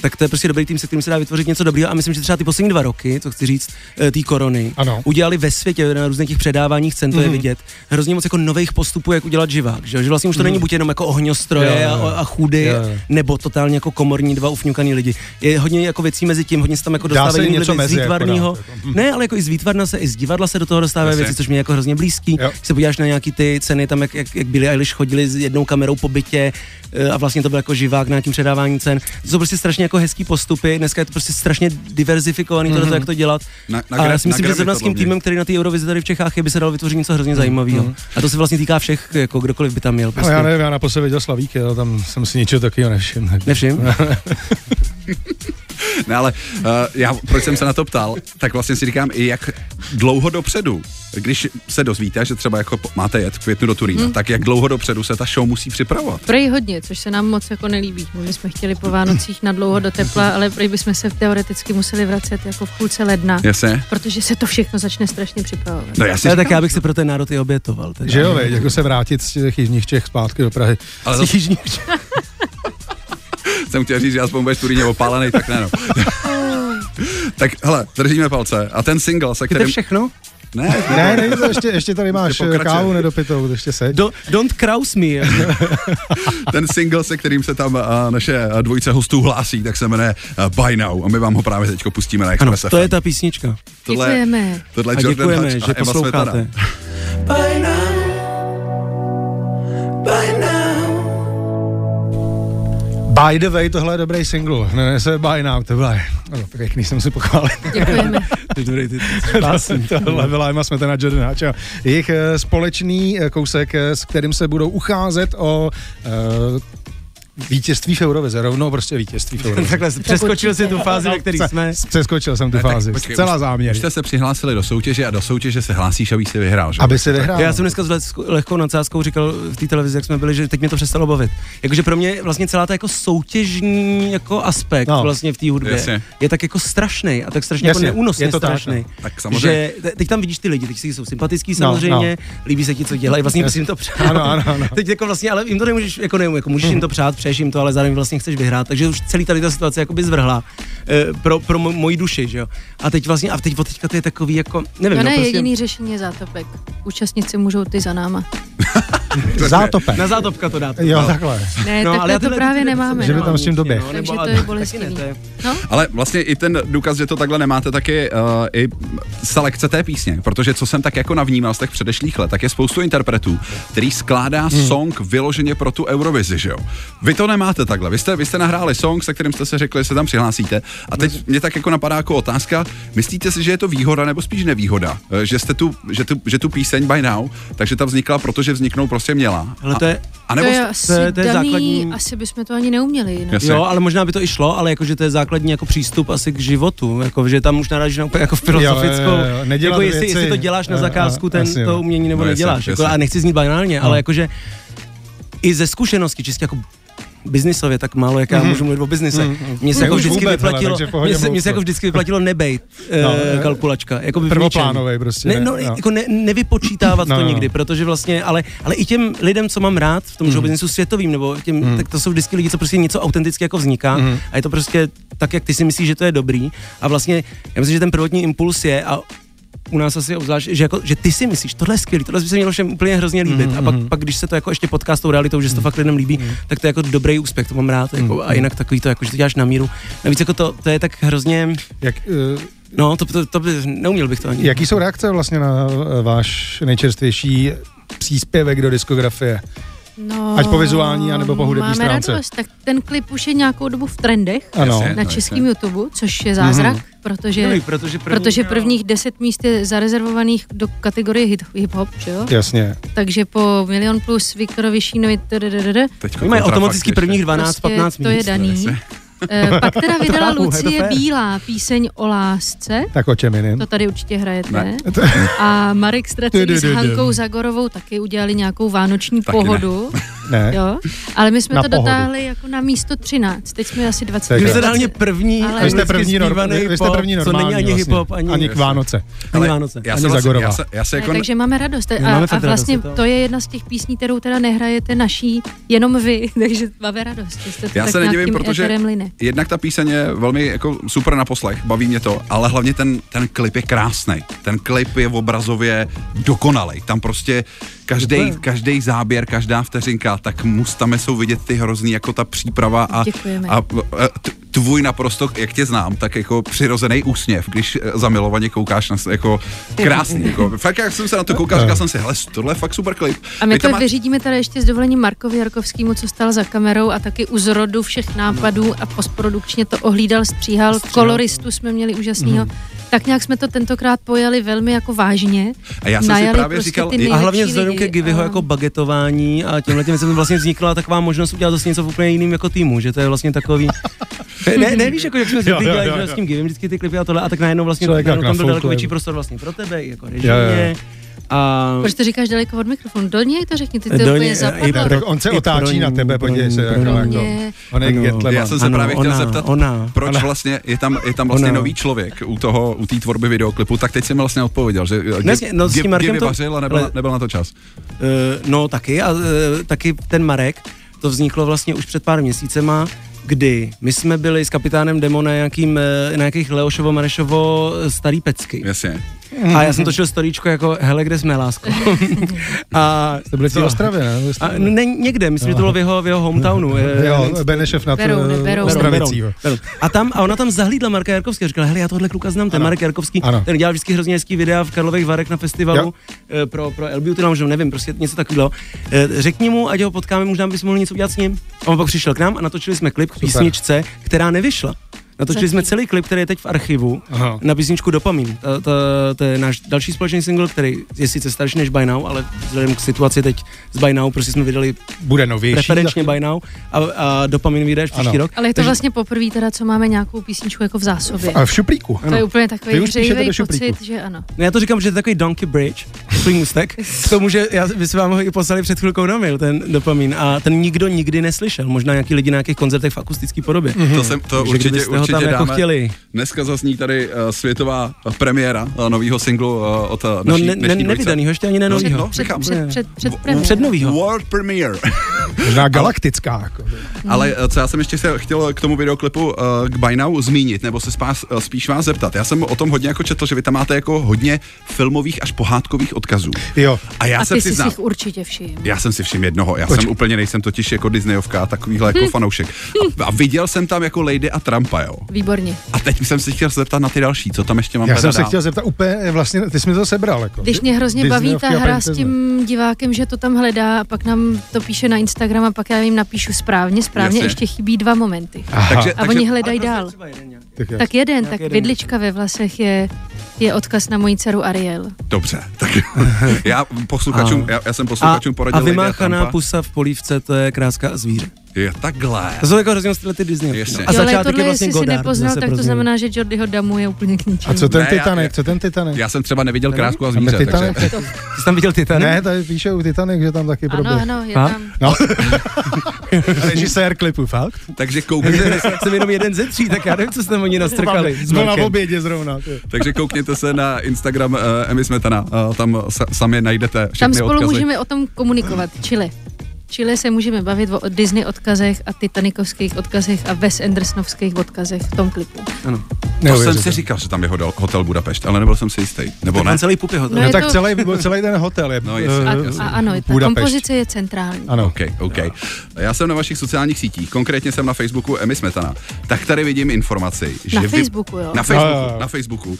Speaker 4: tak to je prostě dobrý tým, se kterým se dá vytvořit něco dobrého. A myslím, že třeba ty poslední dva roky, co chci říct, eh, té korony,
Speaker 5: Ano. Mhm.
Speaker 4: udělali ve světě na různých těch předáváních cen, to je vidět, hrozně moc jako nových postupů, jak udělat živák. Že, jo? že vlastně už to není buď jenom jako ohňostroje
Speaker 5: Hmm. Jo, jo, jo.
Speaker 4: a, a chudy,
Speaker 5: Jo, jo.
Speaker 4: nebo totálně jako komorní dva ufňukaný lidi. Je hodně jako věcí mezi tím, hodně se tam jako
Speaker 5: Dá se
Speaker 4: dostávají
Speaker 5: něco
Speaker 4: lidi z
Speaker 5: mezi, jako
Speaker 4: výtvarného.
Speaker 5: dát, jako.
Speaker 4: ne, ale jako i z výtvarna se, i z divadla se do toho dostávají
Speaker 3: Jasně.
Speaker 4: věci, což mě je jako hrozně blízký.
Speaker 5: Jo.
Speaker 4: Když se podíváš na nějaký ty ceny, tam jak, jak, jak Billie Eilish chodili s jednou kamerou po bytě eh, a vlastně to byl jako živák na tím předávání cen. To jsou prostě strašně jako hezký postupy, dneska je to prostě strašně diverzifikovaný
Speaker 5: Mhm.
Speaker 4: mm-hmm. to, jak to dělat.
Speaker 3: Na- na
Speaker 4: a
Speaker 3: gra-
Speaker 4: já si
Speaker 3: na
Speaker 4: myslím, že
Speaker 3: Grammy
Speaker 4: zrovna s tím
Speaker 3: tohle
Speaker 4: týmem, který na té Eurovizi tady v Čechách je, by se dalo vytvořit něco hrozně zajímavého. Mm-hmm. A to se vlastně týká všech, jako kdokoliv by tam měl.
Speaker 5: No,
Speaker 4: Prostě.
Speaker 5: já nevím, já naposledy viděl Slavíky, ale tam jsem si ničeho takového nevšiml. tak-
Speaker 4: Nevšim?
Speaker 3: Ne, ale uh, já, proč jsem se na to ptal, tak vlastně si říkám, i jak dlouho dopředu, když se dozvíte, že třeba jako po- máte jet v květnu do Turína, hmm. tak jak dlouho dopředu se ta show musí připravovat?
Speaker 2: Prej hodně, což se nám moc jako nelíbí. My jsme chtěli po Vánocích na dlouho do tepla, ale prej bychom se teoreticky museli vracet jako v půlce ledna,
Speaker 3: Jasně?
Speaker 2: protože se to všechno začne strašně připravovat.
Speaker 3: No já si
Speaker 4: Ale tak
Speaker 3: říkám,
Speaker 4: já bych se pro ten národ i obětoval. Teda.
Speaker 5: Že jo, veď, jako se vrátit z těch jižních Čech zpátky do Prahy.
Speaker 3: ale zase
Speaker 4: Jižní-
Speaker 3: jsem chtěl říct, že aspoň budeš v Turíně opálený, tak ne no. tak hele, držíme palce. A ten single, se
Speaker 4: Je to
Speaker 3: kterým...
Speaker 4: všechno?
Speaker 3: Ne,
Speaker 5: Ne, ne, to ještě, ještě tady máš eh,
Speaker 3: pokračuje.
Speaker 5: kávu nedopitou, to ještě se.
Speaker 4: Do, don't crouse me. jako.
Speaker 3: ten single, se kterým se tam a, naše a, dvojice hostů hlásí, tak se jmenuje a, By Now. A my vám ho právě teď pustíme na
Speaker 4: Ano,
Speaker 3: Express
Speaker 4: to
Speaker 3: FM.
Speaker 4: je ta písnička.
Speaker 3: Tohle-
Speaker 2: Děkujeme.
Speaker 3: Tohle je
Speaker 4: A
Speaker 3: Jordan
Speaker 4: děkujeme,
Speaker 3: Hutch a
Speaker 4: že
Speaker 3: Eva Smetana.
Speaker 4: posloucháte.
Speaker 6: by now, by now.
Speaker 5: By the way, tohle je dobrý single. Ne, ne, se by now, to byla, ano, pěkný jsem si pochválit.
Speaker 2: Děkujeme.
Speaker 4: Ty dobrý, ty, ty,
Speaker 5: Tohle byla Emma Smetana, Jordan Hatch a jejich eh, společný eh, kousek, eh, s kterým se budou ucházet o eh, vítězství v Eurovize, rovnou prostě vítězství v Eurovize.
Speaker 4: Takhle jsi přeskočil si tu fázi, ve které
Speaker 5: Se-
Speaker 4: jsme.
Speaker 5: Přeskočil jsem tu
Speaker 3: tak
Speaker 5: fázi,
Speaker 3: počkej,
Speaker 5: zcela
Speaker 3: už- Už
Speaker 5: záměrně.
Speaker 3: jste se přihlásili do soutěže a do soutěže se hlásíš, aby si vyhrál, že?
Speaker 5: Aby si vyhrál.
Speaker 4: Já jsem dneska s lehkou- lehkou nadsázkou říkal v té televizi, jak jsme byli, že teď mě to přestalo bavit. Jakože pro mě vlastně celá ta jako soutěžní jako aspekt
Speaker 5: No.
Speaker 4: no. vlastně v té hudbě
Speaker 3: Jasně.
Speaker 4: je tak jako strašný a tak strašně
Speaker 5: Jasně,
Speaker 4: jako neúnosně
Speaker 5: je to tak,
Speaker 4: strašný.
Speaker 5: no.
Speaker 3: Tak
Speaker 4: Že
Speaker 3: samozřejmě.
Speaker 4: te- teď tam vidíš ty lidi, teď si jsou sympatický samozřejmě, no, no. líbí se ti, co dělají, vlastně bys jim to přál.
Speaker 5: Ano, ano, ano.
Speaker 4: Teď jako vlastně, ale jim to nemůžeš, jako nemůžeš, jako můžeš jim to přát, přeješ jim to, ale zároveň vlastně chceš vyhrát, takže už celý tady ta situace jako by zvrhla eh, pro, pro mo- moji duši, že jo. A teď vlastně, a teď od teďka to je takový jako, nevím,
Speaker 2: To
Speaker 4: no,
Speaker 2: ne,
Speaker 4: prostě,
Speaker 2: jediný řešení je zátopek. Účastníci můžou ty za náma.
Speaker 5: Zátope.
Speaker 4: na zátopka to dát.
Speaker 5: Jo, takhle.
Speaker 2: Ne,
Speaker 4: No,
Speaker 2: no,
Speaker 4: ale já
Speaker 2: takhle to
Speaker 4: tyhle-
Speaker 2: právě
Speaker 4: tyhle-
Speaker 2: nemáme.
Speaker 5: Že by
Speaker 2: no.
Speaker 5: tam s tím doběh.
Speaker 4: No,
Speaker 2: Takže
Speaker 4: nebo-
Speaker 2: to je
Speaker 4: taky
Speaker 2: bolestivý.
Speaker 4: ne, to je-
Speaker 2: No,
Speaker 3: Ale vlastně i ten důkaz, že to takhle nemáte, tak je uh, i selekce té písně, protože co jsem tak jako navnímal z těch předešlých let, tak je spoustu interpretů, který skládá hmm. song vyloženě pro tu Eurovizi, že jo? Vy to nemáte takhle, vy jste, vy jste nahráli song, se kterým jste se řekli, že se tam přihlásíte a teď mě tak jako napadá jako otázka, myslíte si, že je to výhoda nebo spíš nevýhoda, Eh, že jste tu, že tu, že tu píseň by now, takže ta vznikla, protože vzniknout prostě měla.
Speaker 4: Ale to je-
Speaker 3: a
Speaker 2: to
Speaker 3: nebo
Speaker 2: je asi
Speaker 4: to je- to je
Speaker 2: daný,
Speaker 4: základní-
Speaker 2: asi bychom to ani neuměli jinak.
Speaker 3: Jasně.
Speaker 4: Jo, ale možná by to i šlo, ale jakože to je základní jako přístup asi k životu, jako, že tam už narážíš na úplně jako filozofickou,
Speaker 5: Jo, jo, jo, nedělat
Speaker 4: jako jestli,
Speaker 5: věci.
Speaker 4: jestli to děláš na
Speaker 5: A-
Speaker 4: zakázku,
Speaker 5: a-
Speaker 4: ten,
Speaker 5: asi jo.
Speaker 4: to umění nebo
Speaker 3: No,
Speaker 4: no,
Speaker 3: jasně,
Speaker 4: neděláš, jako,
Speaker 3: jasně.
Speaker 4: a nechci znít banálně, ale jakože i ze zkušenosti, čistě jako biznisově, tak málo, jak já
Speaker 5: Mhm.
Speaker 4: můžu mluvit o biznise. Mně se
Speaker 5: Ne,
Speaker 4: jako
Speaker 5: mhm. už
Speaker 4: vždycky
Speaker 5: vůbec, hele,
Speaker 4: vyplatilo,
Speaker 5: takže v pohodě
Speaker 4: mně se,
Speaker 5: mluv,
Speaker 4: mně se jako
Speaker 5: co.
Speaker 4: vždycky vyplatilo nebejt
Speaker 5: No,
Speaker 4: eh,
Speaker 5: ne.
Speaker 4: kalkulačka. Jako by v
Speaker 5: Prvoplánovej
Speaker 4: ničem.
Speaker 5: prostě,
Speaker 4: Ne,
Speaker 5: ne,
Speaker 4: no,
Speaker 5: no.
Speaker 4: jako ne, nevypočítávat
Speaker 5: No,
Speaker 4: to
Speaker 5: no, no.
Speaker 4: nikdy, protože vlastně, ale, ale i těm lidem, co mám rád
Speaker 5: Mhm.
Speaker 4: v tom mm. biznesu světovým, nebo těm, mm. tak to jsou vždycky lidi, co prostě něco autenticky jako vzniká
Speaker 5: Mhm.
Speaker 4: mm. a je to prostě tak, jak ty si myslíš, že to je dobrý a vlastně já myslím, že ten prvotní impuls je a u nás asi obzvlášť, že, jako, že ty si myslíš, tohle je skvělý, tohle by se mělo všem úplně hrozně
Speaker 5: Mhm,
Speaker 4: líbit. Mm, a pak, pak, když se to jako ještě potká s tou realitou, že se to fakt lidem líbí, mm. tak to je jako dobrý úspěch, to mám rád. Jako,
Speaker 5: Mhm.
Speaker 4: a jinak takový to, jako, že to děláš na míru. Navíc jako to, to je tak hrozně,
Speaker 5: Jak, eh,
Speaker 4: no to, to, to by, neuměl bych to ani.
Speaker 5: jaký jsou reakce vlastně na eh, váš nejčerstvější příspěvek do diskografie?
Speaker 2: No,
Speaker 5: Ať po vizuální, anebo po hudební
Speaker 2: máme
Speaker 5: stránce.
Speaker 2: Radost. Tak ten klip už je nějakou dobu v trendech
Speaker 5: Ano.
Speaker 3: Jasně.
Speaker 2: na
Speaker 3: No,
Speaker 2: českém YouTube, což je zázrak, mm-hmm. protože,
Speaker 4: Dobrý, protože první-
Speaker 2: protože prvních deset míst je zarezervovaných do kategorie hit- hip-hop, že jo?
Speaker 5: Jasně.
Speaker 2: Takže po Milion plus Viktorovi Šínovi tdddd,
Speaker 3: Teď
Speaker 4: Oni Jako mají automaticky prvních 12,
Speaker 2: prostě
Speaker 4: 15
Speaker 2: to je
Speaker 4: míst.
Speaker 2: daný.
Speaker 3: jasně.
Speaker 2: Eh, Pak teda vydala
Speaker 5: chápu, je to
Speaker 2: Lucie
Speaker 5: fér.
Speaker 2: Bílá píseň o lásce,
Speaker 5: Tak o čem jiným?
Speaker 2: to tady určitě hrajete.
Speaker 3: Ne.
Speaker 2: A Marek Stratilý
Speaker 5: Ty, ty,
Speaker 2: s
Speaker 5: ty, ty.
Speaker 2: Hankou Zagorovou taky udělali nějakou vánoční
Speaker 3: Taky ne.
Speaker 2: pohodu.
Speaker 5: Ne.
Speaker 2: Jo, ale my jsme
Speaker 5: Na
Speaker 2: to
Speaker 5: pohodu.
Speaker 2: dotáhli jako na místo 13. Teď jsme asi 20.
Speaker 5: Tak
Speaker 4: Vy
Speaker 5: jo.
Speaker 4: jste reálně první
Speaker 2: Ale-
Speaker 5: Vy jste
Speaker 4: anglicky
Speaker 5: první, norm,
Speaker 4: zpívaný
Speaker 5: vy, vy jste
Speaker 4: pop,
Speaker 5: první
Speaker 4: co není
Speaker 5: normální
Speaker 4: ani
Speaker 5: vlastně.
Speaker 4: hip-hop, ani,
Speaker 5: ani k Vánoce.
Speaker 4: ani Vánoce.
Speaker 3: Já
Speaker 5: Ani
Speaker 3: se, vlastně,
Speaker 5: Zagorová.
Speaker 3: já se, já se jako
Speaker 2: ne, takže máme radost.
Speaker 4: My máme
Speaker 2: A, a
Speaker 4: fakt
Speaker 2: vlastně
Speaker 4: radost, je to-
Speaker 2: to je jedna z těch písní, kterou teda nehrajete naší, jenom vy, takže máme radost. že Jste to
Speaker 3: Já
Speaker 2: tak
Speaker 3: se nedivím,
Speaker 2: nějakým
Speaker 3: protože
Speaker 2: éterem line.
Speaker 3: jednak ta píseň je velmi jako super na poslech, baví mě to, ale hlavně ten, ten klip je krásný. Ten klip je v obrazově dokonalý. Tam prostě každý, každý záběr, každá vteřinka, tak mus tam jsou vidět ty hrozný, jako ta příprava a,
Speaker 2: Děkujeme.
Speaker 3: a t- tvůj naprosto, jak tě znám, tak jako přirozený úsměv, když eh, zamilovaně koukáš na s- jako krásný. Jako, fakt jak jsem se na to koukal, říkal jsem si, hele, tohle je fakt super klip.
Speaker 2: A my
Speaker 3: Vy tam
Speaker 2: to
Speaker 3: má-
Speaker 2: vyřídíme tady ještě s dovolením Markovi Jarkovskému, co stál za kamerou a taky u zrodu všech nápadů a postprodukčně to ohlídal, stříhal, koloristu jsme měli úžasného. Tak nějak jsme to tentokrát pojali velmi jako vážně.
Speaker 3: A já jsem si
Speaker 2: Najali
Speaker 3: právě
Speaker 2: prostě
Speaker 3: říkal-
Speaker 2: ty
Speaker 3: A
Speaker 4: A
Speaker 2: nejlepší
Speaker 4: hlavně vzhledem
Speaker 2: lidi.
Speaker 4: ke Givyho
Speaker 2: A-
Speaker 4: jako bagetování a těmhle těm věcem vlastně vznikla taková možnost udělat zase něco v úplně jiným jako týmu, že to je vlastně takový... Ne, ne, nevíš, jako jak jsme si
Speaker 5: Jo, jo,
Speaker 4: dělali
Speaker 5: jo,
Speaker 4: že
Speaker 5: jo.
Speaker 4: s tím Givym vždycky ty klipy a tohle, a tak najednou vlastně
Speaker 5: Člověk
Speaker 4: najednou
Speaker 5: jak
Speaker 4: tam byl daleko
Speaker 5: nafoukl,
Speaker 4: větší
Speaker 5: jako.
Speaker 4: prostor vlastně pro tebe, jako
Speaker 5: Jo, jo,
Speaker 4: režimně. A...
Speaker 2: Proč to říkáš daleko od mikrofonu? Do něj to řekni, ty to
Speaker 4: Do
Speaker 2: úplně
Speaker 4: něj,
Speaker 2: zapadlo.
Speaker 4: i pro-
Speaker 5: Tak on se
Speaker 4: I
Speaker 5: otáčí
Speaker 4: pro
Speaker 5: na
Speaker 4: ní,
Speaker 5: tebe,
Speaker 4: pro
Speaker 5: podívej
Speaker 4: ní,
Speaker 5: se.
Speaker 4: pro No,
Speaker 5: jako-
Speaker 4: ní.
Speaker 5: jako- On je
Speaker 4: Ano.
Speaker 5: Getleman.
Speaker 3: Já jsem se
Speaker 4: Ano,
Speaker 3: právě chtěl
Speaker 4: ona,
Speaker 3: zeptat,
Speaker 4: ona,
Speaker 3: proč
Speaker 5: ona.
Speaker 3: vlastně je tam, je tam vlastně
Speaker 4: Ona.
Speaker 3: nový člověk u toho, u té tvorby videoklipu, tak teď jsem vlastně odpověděl, že
Speaker 4: Ne, jasně, no, s tím Markem to-
Speaker 3: vyvařil a nebyl,
Speaker 4: ale-
Speaker 3: nebyl na to čas.
Speaker 4: Eh, no taky a eh, taky ten Marek, to vzniklo vlastně už před pár měsícema, kdy my jsme byli s kapitánem Demo na, nějakým, eh, na nějakých Leošovo, Marešovo eh, starý pecky.
Speaker 3: Jasně.
Speaker 4: A já jsem točil storíčko jako, hele, kde jsme, lásko? a
Speaker 5: To byly v té
Speaker 4: co?
Speaker 5: Ostravě, ne? V
Speaker 4: A,
Speaker 5: Ostravě.
Speaker 4: ne, někde, myslím, že to bylo v jeho, v jeho hometownu. eh,
Speaker 5: Jo, eh, Benešev na to
Speaker 2: Berou, neberou.
Speaker 4: Beroun, Beroun,
Speaker 5: Ostravicího.
Speaker 4: Beroun. A, tam, a ona tam zahlídla Marka Jarkovského, říkala, hele, já tohle kluka znám, ten Marek Jarkovský,
Speaker 5: Ano.
Speaker 4: ten dělal vždycky hrozně hezký videa v Karlových Varech na
Speaker 5: Jo.
Speaker 4: festivalu eh, pro, pro El Beauty Lounge, nebo nevím, prostě něco takového. Eh, Řekni mu, ať ho potkáme, možná bychom mohli něco udělat s ním. A on pak přišel k nám a natočili jsme klip k písničce, která nevyšla. Natočili jsme celý klip, který je teď v archivu,
Speaker 5: Aha.
Speaker 4: na písničku Dopamin. Ta, ta, to je náš další společný single, který je sice starší než By Now, ale vzhledem k situaci teď s By Now, prostě jsme vydali
Speaker 5: Bude novější.
Speaker 4: preferenčně By Now a, a Dopamin vydáš
Speaker 5: Ano.
Speaker 4: příští rok.
Speaker 2: Ale je to vlastně poprvé teda, co máme nějakou písničku jako v zásobě.
Speaker 5: A v šuplíku.
Speaker 2: To je úplně takový
Speaker 5: Vy už píšete
Speaker 2: hřejivý
Speaker 5: do šuplíku.
Speaker 2: pocit, že ano.
Speaker 4: No já to říkám, že to je takový donkey bridge, svůj mustek, k tomu, že já, vy jsme vám ho i poslali před chvilkou na mail, ten dopamin, a ten nikdo nikdy neslyšel, možná nějaký lidi na nějakých koncertech v akustické podobě.
Speaker 3: To, jsem, to
Speaker 4: Hm, Takže
Speaker 3: určitě,
Speaker 4: kdybyste ho
Speaker 3: určitě
Speaker 4: tam
Speaker 3: dáme.
Speaker 4: jako chtěli.
Speaker 3: Dneska zazní tady uh, světová eh, premiéra uh, nového singlu uh, od uh,
Speaker 4: No
Speaker 3: naší
Speaker 4: ne, ne,
Speaker 3: dnešní dvojice.
Speaker 4: nevydanýho, ještě ani
Speaker 3: No,
Speaker 4: nenovýho.
Speaker 3: no,
Speaker 2: Před,
Speaker 3: říkám.
Speaker 2: před, před, před,
Speaker 4: Před
Speaker 2: premiérou.
Speaker 4: novýho.
Speaker 3: World premiere.
Speaker 5: Možná galaktická. Jako.
Speaker 4: Mhm.
Speaker 3: Ale eh, co já jsem ještě se chtěl k tomu videoklipu eh, k By Now zmínit, nebo se spás, eh, spíš vás zeptat. Já jsem o tom hodně jako četl, že vy tam máte jako hodně filmových až pohádkových odkazů.
Speaker 5: Jo.
Speaker 3: A já
Speaker 2: A
Speaker 3: se
Speaker 2: ty jsi si
Speaker 3: přiznám,
Speaker 2: jich určitě všiml.
Speaker 3: Já jsem si všiml jednoho, já
Speaker 5: Proč?
Speaker 3: jsem úplně nejsem totiž jako Disneyovka, a takovýhle
Speaker 2: Hm.
Speaker 3: jako fanoušek. A, a viděl jsem tam jako Lady a Trumpa, jo.
Speaker 2: Výborně.
Speaker 3: A teď jsem se chtěl zeptat na ty další, co tam ještě mám
Speaker 5: Já
Speaker 3: teda
Speaker 5: jsem se
Speaker 3: dál.
Speaker 5: chtěl zeptat úplně, vlastně, ty jsi mi to sebral. Jako.
Speaker 2: Když mě hrozně baví ta
Speaker 5: Disneyovky a
Speaker 2: hra s
Speaker 5: princezny.
Speaker 2: tím divákem, že to tam hledá a pak nám to píše na Instagram a pak já jim napíšu správně, správně,
Speaker 3: Jasně.
Speaker 2: ještě chybí dva momenty.
Speaker 5: Aha,
Speaker 3: Takže-
Speaker 2: A oni
Speaker 4: No.
Speaker 2: hledají dál.
Speaker 5: tak, jo.
Speaker 2: Tak jeden,
Speaker 4: Nějak
Speaker 2: tak
Speaker 4: jeden.
Speaker 2: vidlička ve vlasech je, je odkaz na moji dceru Ariel.
Speaker 3: Dobře, tak já posluchačům,
Speaker 4: A-
Speaker 3: já, já jsem
Speaker 4: A,
Speaker 3: posluchačům poradil
Speaker 4: a
Speaker 3: Lady
Speaker 4: vymáchaná
Speaker 3: Trumpa.
Speaker 4: pusa v polívce, to je kráska a zvíře.
Speaker 3: Je takhle.
Speaker 4: To jsou jako hrozně tyhle ty Disney.
Speaker 3: Jasně.
Speaker 4: A
Speaker 2: jo, ale
Speaker 4: začátek
Speaker 2: tohle,
Speaker 4: je vlastně
Speaker 2: jestli si
Speaker 4: Godard.
Speaker 2: nepoznal,
Speaker 4: zase
Speaker 2: tak
Speaker 4: pro
Speaker 2: to
Speaker 4: změnu.
Speaker 2: znamená, že Jordyho Damu je úplně k ničemu.
Speaker 5: A co ten
Speaker 3: Ne, já-
Speaker 5: Titanic? Co ten Titanic?
Speaker 3: Já jsem třeba neviděl krásku a
Speaker 5: Tam je
Speaker 3: zvíře, takže...
Speaker 5: Titanic?
Speaker 4: Jsi tam viděl Titanic?
Speaker 5: Ne, tady píše u Titanic, že tam taky
Speaker 2: Ano,
Speaker 5: proběh.
Speaker 2: ano, je
Speaker 4: A?
Speaker 2: tam.
Speaker 5: No. Režisér klipu, fakt?
Speaker 3: Takže
Speaker 4: Takže
Speaker 3: koukněte,
Speaker 4: jsem jenom jeden ze tří, tak já nevím, co jste tam oni nastrkali. s
Speaker 5: Byl na
Speaker 4: Markem.
Speaker 5: obědě zrovna.
Speaker 3: takže koukněte se na Instagram uh, Emi Smetana, uh, tam sa, sami najdete všechny
Speaker 2: Tam spolu
Speaker 3: odkazy.
Speaker 2: můžeme o tom komunikovat. Chile. Chile se můžeme bavit o Disney odkazech a Titanikovských odkazech a Wes Andersonovských odkazech v tom klipu.
Speaker 4: Ano.
Speaker 3: To jsem si říkal, že tam je hodel- hotel Budapešť, ale nebyl jsem si jistý. Nebo
Speaker 4: Tam
Speaker 3: ne?
Speaker 4: celý pup je hotový.
Speaker 2: No
Speaker 5: No
Speaker 2: je
Speaker 5: tak
Speaker 2: to-
Speaker 5: celý, celý ten hotel je
Speaker 3: No, jasně,
Speaker 5: eh,
Speaker 2: A,
Speaker 3: jasně.
Speaker 2: a ano, ta
Speaker 5: Budapešť.
Speaker 2: kompozice je centrální.
Speaker 5: Ano.
Speaker 3: OK, OK. Já jsem na vašich sociálních sítích, konkrétně jsem na Facebooku Emi Smetana, tak tady vidím informaci, že...
Speaker 2: Na Facebooku, jo?
Speaker 3: Na Facebooku,
Speaker 5: Jo, jo, jo.
Speaker 3: na Facebooku. Uh,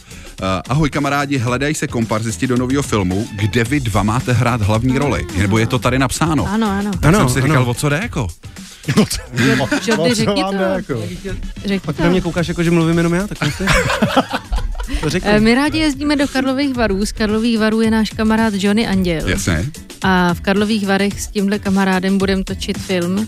Speaker 3: ahoj kamarádi, hledají se komparzisti do nového filmu, kde vy dva máte hrát hlavní roli. Nebo je to tady napsáno.
Speaker 2: Ano, ano.
Speaker 3: Tak
Speaker 4: Ano,
Speaker 3: jsem si říkal,
Speaker 4: ano.
Speaker 3: o co jde jako?
Speaker 2: Jordi, řekni to.
Speaker 5: jako-
Speaker 2: Řekni
Speaker 4: Pak
Speaker 2: to.
Speaker 4: na mě koukáš jako, že mluvím jenom já, tak mluvte. to řekni.
Speaker 2: Eh, My rádi jezdíme do Karlových varů. Z Karlových varů je náš kamarád Johnny Anděl.
Speaker 3: Jasně.
Speaker 2: A v Karlových Varech s tímhle kamarádem budem točit film,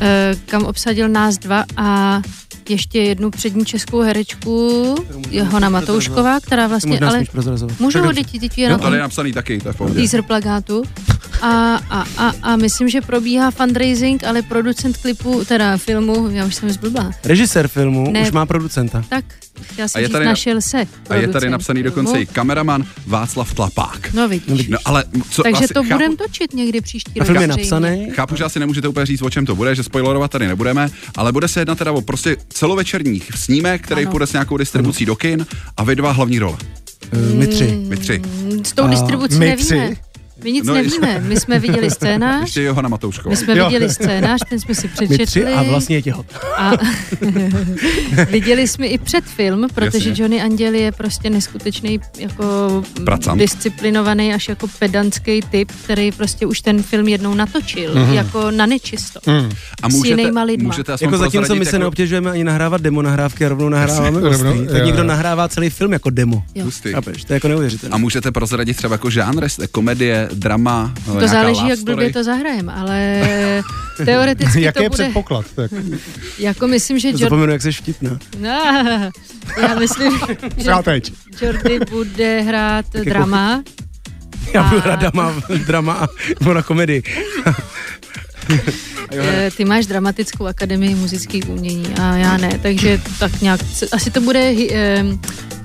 Speaker 2: eh, kam obsadil nás dva a ještě jednu přední českou herečku, Johana Matoušková, která
Speaker 4: Ty
Speaker 2: vlastně,
Speaker 4: možná
Speaker 2: ale
Speaker 4: smíš prozrazovat.
Speaker 2: můžu
Speaker 4: Tak
Speaker 2: ho
Speaker 4: dobře.
Speaker 2: děti, teď je na
Speaker 3: Tady je napsaný taky, to je v pohodě.
Speaker 2: teaser plagátu. A, a, a, a, myslím, že probíhá fundraising, ale producent klipu, teda filmu, já už jsem zblbá.
Speaker 4: Režisér filmu
Speaker 2: Ne.
Speaker 4: už má producenta.
Speaker 2: Tak, chtěla
Speaker 3: A
Speaker 2: jsem
Speaker 3: je
Speaker 2: říct,
Speaker 3: tady-
Speaker 2: našel se.
Speaker 3: A je tady
Speaker 2: producent
Speaker 3: napsaný
Speaker 2: filmu.
Speaker 3: dokonce i kameraman Václav Tlapák.
Speaker 2: No vidíš.
Speaker 3: No ale co,
Speaker 2: Takže
Speaker 3: asi,
Speaker 2: to
Speaker 3: chápu-
Speaker 2: budeme točit někdy příští
Speaker 4: A
Speaker 2: rok.
Speaker 4: film je
Speaker 2: zřejmě.
Speaker 4: napsaný.
Speaker 3: Chápu, že asi nemůžete úplně říct, o čem to bude, že spoilerovat tady nebudeme, ale bude se jednat teda o prostě celovečerní snímek, který
Speaker 2: Ano.
Speaker 3: půjde s nějakou distribucí do kin a vy dva hlavní role.
Speaker 4: Eh, My tři.
Speaker 3: Vy tři.
Speaker 2: Mm, S tou distribucí
Speaker 5: my
Speaker 2: nevíme.
Speaker 5: tři?
Speaker 2: My nic
Speaker 3: No,
Speaker 2: nevíme. My jsme viděli scénář,
Speaker 3: Ještě Johana Matoušková.
Speaker 2: my jsme
Speaker 5: Jo.
Speaker 2: viděli scénář, ten jsme si
Speaker 4: My
Speaker 2: přečetli.
Speaker 4: tři a vlastně je těhot.
Speaker 2: a viděli jsme i předfilm, protože
Speaker 3: Jasně.
Speaker 2: Johnny Anděl je prostě neskutečný jako mm,
Speaker 3: Pracant.
Speaker 2: disciplinovaný až jako pedantský typ, který prostě už ten film jednou natočil,
Speaker 3: Mhm.
Speaker 2: jako na nečisto.
Speaker 3: A
Speaker 2: s
Speaker 3: můžete,
Speaker 2: jinýma lidma.
Speaker 3: můžete aspoň
Speaker 4: Jako zatímco my
Speaker 3: prozradit,
Speaker 4: se
Speaker 3: jako-
Speaker 4: neobtěžujeme ani nahrávat demo nahrávky a rovnou nahráváme
Speaker 5: Jasně, rovnou,
Speaker 4: ostří. Tak
Speaker 5: jo.
Speaker 4: někdo nahrává celý film jako demo.
Speaker 2: Jo.
Speaker 3: Hustý.
Speaker 4: Chápeš? To je jako neuvěřitelné.
Speaker 3: A můžete prozradit třeba jako žánr, jestli komedie, drama,
Speaker 2: To záleží, jak blbě to zahrajeme, ale teoreticky
Speaker 5: Jaký
Speaker 2: to
Speaker 5: je
Speaker 2: bude,
Speaker 5: předpoklad? Tak.
Speaker 2: jako myslím, že Jordan,
Speaker 4: Zapomenu, jak jsi vtipná.
Speaker 2: Ne, No, já myslím, že
Speaker 5: Třeba teď.
Speaker 2: Jordi bude hrát
Speaker 4: jako-
Speaker 2: drama.
Speaker 4: Já budu
Speaker 2: A-
Speaker 4: hrát drama, drama a nebo na komedii.
Speaker 2: Eh, Ty máš dramatickou akademii muzických umění a já ne, takže tak nějak, asi to bude, hy- ehm,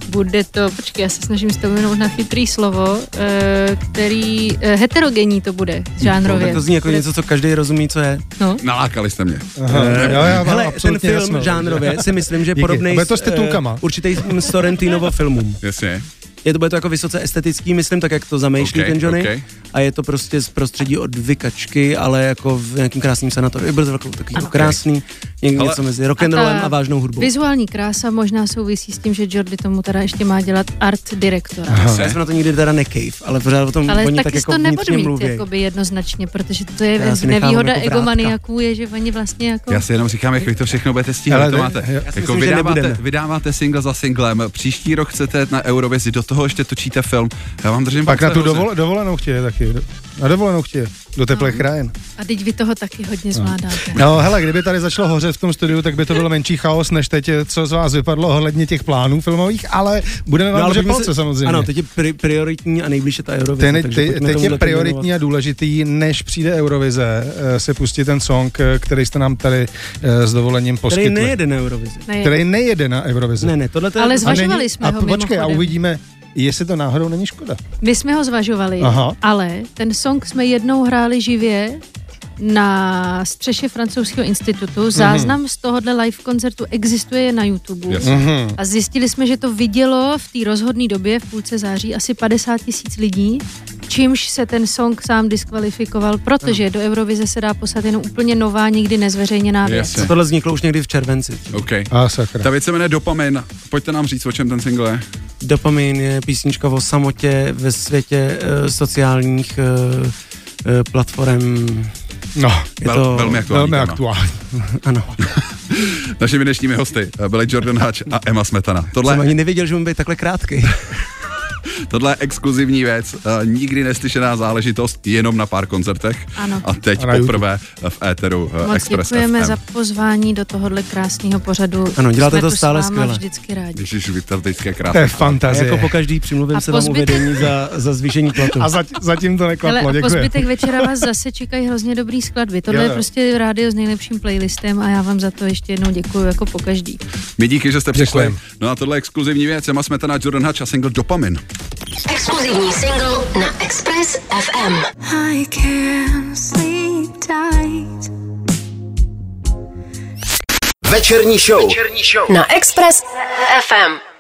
Speaker 2: bude to, počkej, já se snažím vzpomenout na chytrý slovo, eh, který, eh, heterogenní to bude, žánrově.
Speaker 4: Tak to zní jako
Speaker 2: Bude-
Speaker 4: něco, co každý rozumí, co je.
Speaker 2: No,
Speaker 3: Nalákali jste mě.
Speaker 5: Aha, jo, já mám
Speaker 4: Hele, ten
Speaker 5: absolutně
Speaker 4: film
Speaker 5: jasno.
Speaker 4: žánrově si myslím, že je
Speaker 5: Díky.
Speaker 4: podobný
Speaker 5: Bude to s titulkama?
Speaker 4: určitý s Sorrentinovo filmům.
Speaker 3: Jasně.
Speaker 4: Je to, bude to jako vysoce estetický, myslím, tak jak to zamýšlí
Speaker 3: Ok,
Speaker 4: ten Johnny.
Speaker 3: ok.
Speaker 4: A je to prostě z prostředí od vykačky, ale jako v nějakém krásném sanatoriu. Byl to takový jako krásný, někdy
Speaker 3: Hele.
Speaker 4: něco mezi rock'n'rollem
Speaker 2: ta
Speaker 4: a vážnou hudbou.
Speaker 2: Vizuální krása možná souvisí s tím, že Jordi tomu teda ještě má dělat art direktora.
Speaker 4: Já jsem na to nikdy teda nekejv, ale pořád o tom
Speaker 2: Ale
Speaker 4: oni
Speaker 2: taky
Speaker 4: tak
Speaker 2: si
Speaker 4: jako
Speaker 2: to nebudu
Speaker 4: vnitřně
Speaker 2: mít
Speaker 4: mluví.
Speaker 2: jakoby jednoznačně, protože to je
Speaker 4: Já si nechám
Speaker 2: nevýhoda
Speaker 4: jako vrátka.
Speaker 2: egomaniaků, je, že oni vlastně jako...
Speaker 3: Já si jenom říkám, jak vy to všechno budete
Speaker 5: Ale
Speaker 3: stíhat, to
Speaker 5: ne-
Speaker 3: máte.
Speaker 5: já si
Speaker 3: Jako
Speaker 4: myslím, že
Speaker 3: vydáváte,
Speaker 4: nebudeme.
Speaker 3: vydáváte single za singlem, příští rok chcete jet na Eurovizi, do toho ještě točíte film. Já vám držím
Speaker 5: Pak na
Speaker 3: palce
Speaker 5: tu
Speaker 3: hrozně.
Speaker 5: dovol, dovolenou chtěje taky. Na dovolenou chtěje. Do
Speaker 2: No.
Speaker 5: teplých krajin.
Speaker 2: A teď vy toho taky hodně zvládáte.
Speaker 5: No hele, kdyby tady začalo hořet v tom studiu, tak by to byl menší chaos, než teď, co z vás vypadlo ohledně těch plánů filmových, ale budeme
Speaker 4: No,
Speaker 5: vám držet
Speaker 4: pojďme se-
Speaker 5: palce samozřejmě.
Speaker 4: prostě- Ano, teď je pri, prioritní a nejblíže ta Eurovize.
Speaker 5: Ten,
Speaker 4: takže
Speaker 5: te,
Speaker 4: pojďme
Speaker 5: teď
Speaker 4: tomu
Speaker 5: je
Speaker 4: taky
Speaker 5: prioritní
Speaker 4: věnovat.
Speaker 5: a důležitý, než přijde Eurovize, eh, se pustí ten song, eh, který jste nám tady eh, s dovolením
Speaker 4: Který
Speaker 5: poskytli.
Speaker 4: nejede na Eurovizi.
Speaker 2: Ne,
Speaker 5: který nejede na Eurovizi.
Speaker 4: Ne, ne, tohle to je...
Speaker 2: Ale
Speaker 5: A není-
Speaker 2: Zvažovali jsme
Speaker 5: a
Speaker 2: ho
Speaker 5: počkej, a
Speaker 2: mimochodem.
Speaker 5: uvidíme, jestli to náhodou není škoda.
Speaker 2: My jsme ho zvažovali,
Speaker 5: Aha.
Speaker 2: ale ten song jsme jednou hráli živě na střeše francouzského
Speaker 4: Mhm.
Speaker 2: institutu. Záznam z tohohle live koncertu existuje na YouTube.
Speaker 5: Mhm.
Speaker 3: Jasně.
Speaker 2: A zjistili jsme, že to vidělo v té rozhodné době, v půlce září, asi 50 tisíc lidí, čímž se ten song sám diskvalifikoval, protože do Eurovize se dá poslat jenom úplně nová, nikdy nezveřejněná věc.
Speaker 3: Jasně.
Speaker 4: Tohle vzniklo už někdy v červenci. třeba.
Speaker 3: OK.
Speaker 5: A sakra.
Speaker 3: Ta věc se jmenuje Dopamin. Pojďte nám říct, o čem ten single je.
Speaker 4: Dopamin je písnička o samotě ve světě eh, sociálních eh, eh, platform.
Speaker 5: No,
Speaker 4: Je to,
Speaker 3: velmi aktuální.
Speaker 5: velmi
Speaker 3: téma.
Speaker 5: aktuální.
Speaker 4: Ano,
Speaker 3: Našimi dnešními hosty eh, byli Jordan Hatch a Emma Smetana.
Speaker 4: jsem
Speaker 3: Tohle,
Speaker 4: ani nevěděl, že mu být takhle krátký.
Speaker 3: tohle je exkluzivní věc, eh, nikdy neslyšená záležitost, jenom na pár koncertech.
Speaker 2: Ano.
Speaker 3: A teď
Speaker 5: A na YouTube.
Speaker 3: poprvé v éteru eh,
Speaker 2: Moc
Speaker 3: Express
Speaker 2: děkujeme
Speaker 3: FM.
Speaker 2: za pozvání do tohohle krásného pořadu.
Speaker 4: Ano, děláte
Speaker 2: Jsme
Speaker 4: to
Speaker 2: tu s
Speaker 4: stále
Speaker 2: váma
Speaker 4: skvěle.
Speaker 2: vždycky rádi.
Speaker 3: Ježíš, vy tady teďka
Speaker 5: To je
Speaker 3: krásně.
Speaker 4: A
Speaker 5: fantazie.
Speaker 4: jako po každý přimluvím
Speaker 2: A
Speaker 4: se vám u
Speaker 2: pozbytek-
Speaker 4: vedení za, za zvýšení platu.
Speaker 5: A zat, zatím to
Speaker 2: Hele,
Speaker 5: neklaplo,
Speaker 2: a po
Speaker 5: děkuji.
Speaker 2: zbytek večera vás zase čekají hrozně dobrý skladby. Tohle
Speaker 5: Jo,
Speaker 2: je
Speaker 5: jo.
Speaker 2: prostě rádio s nejlepším playlistem a já vám za to ještě jednou děkuji jako po každý.
Speaker 3: My díky, že jste přišli.
Speaker 5: Děkujem.
Speaker 3: No a tohle je exkluzivní věc, Emma Smetana, Jordan Hatch a single Dopamin.
Speaker 1: Exkluzivní single na Express FM.
Speaker 7: I can't sleep tight.
Speaker 8: Večerní show.
Speaker 1: Na Express FM.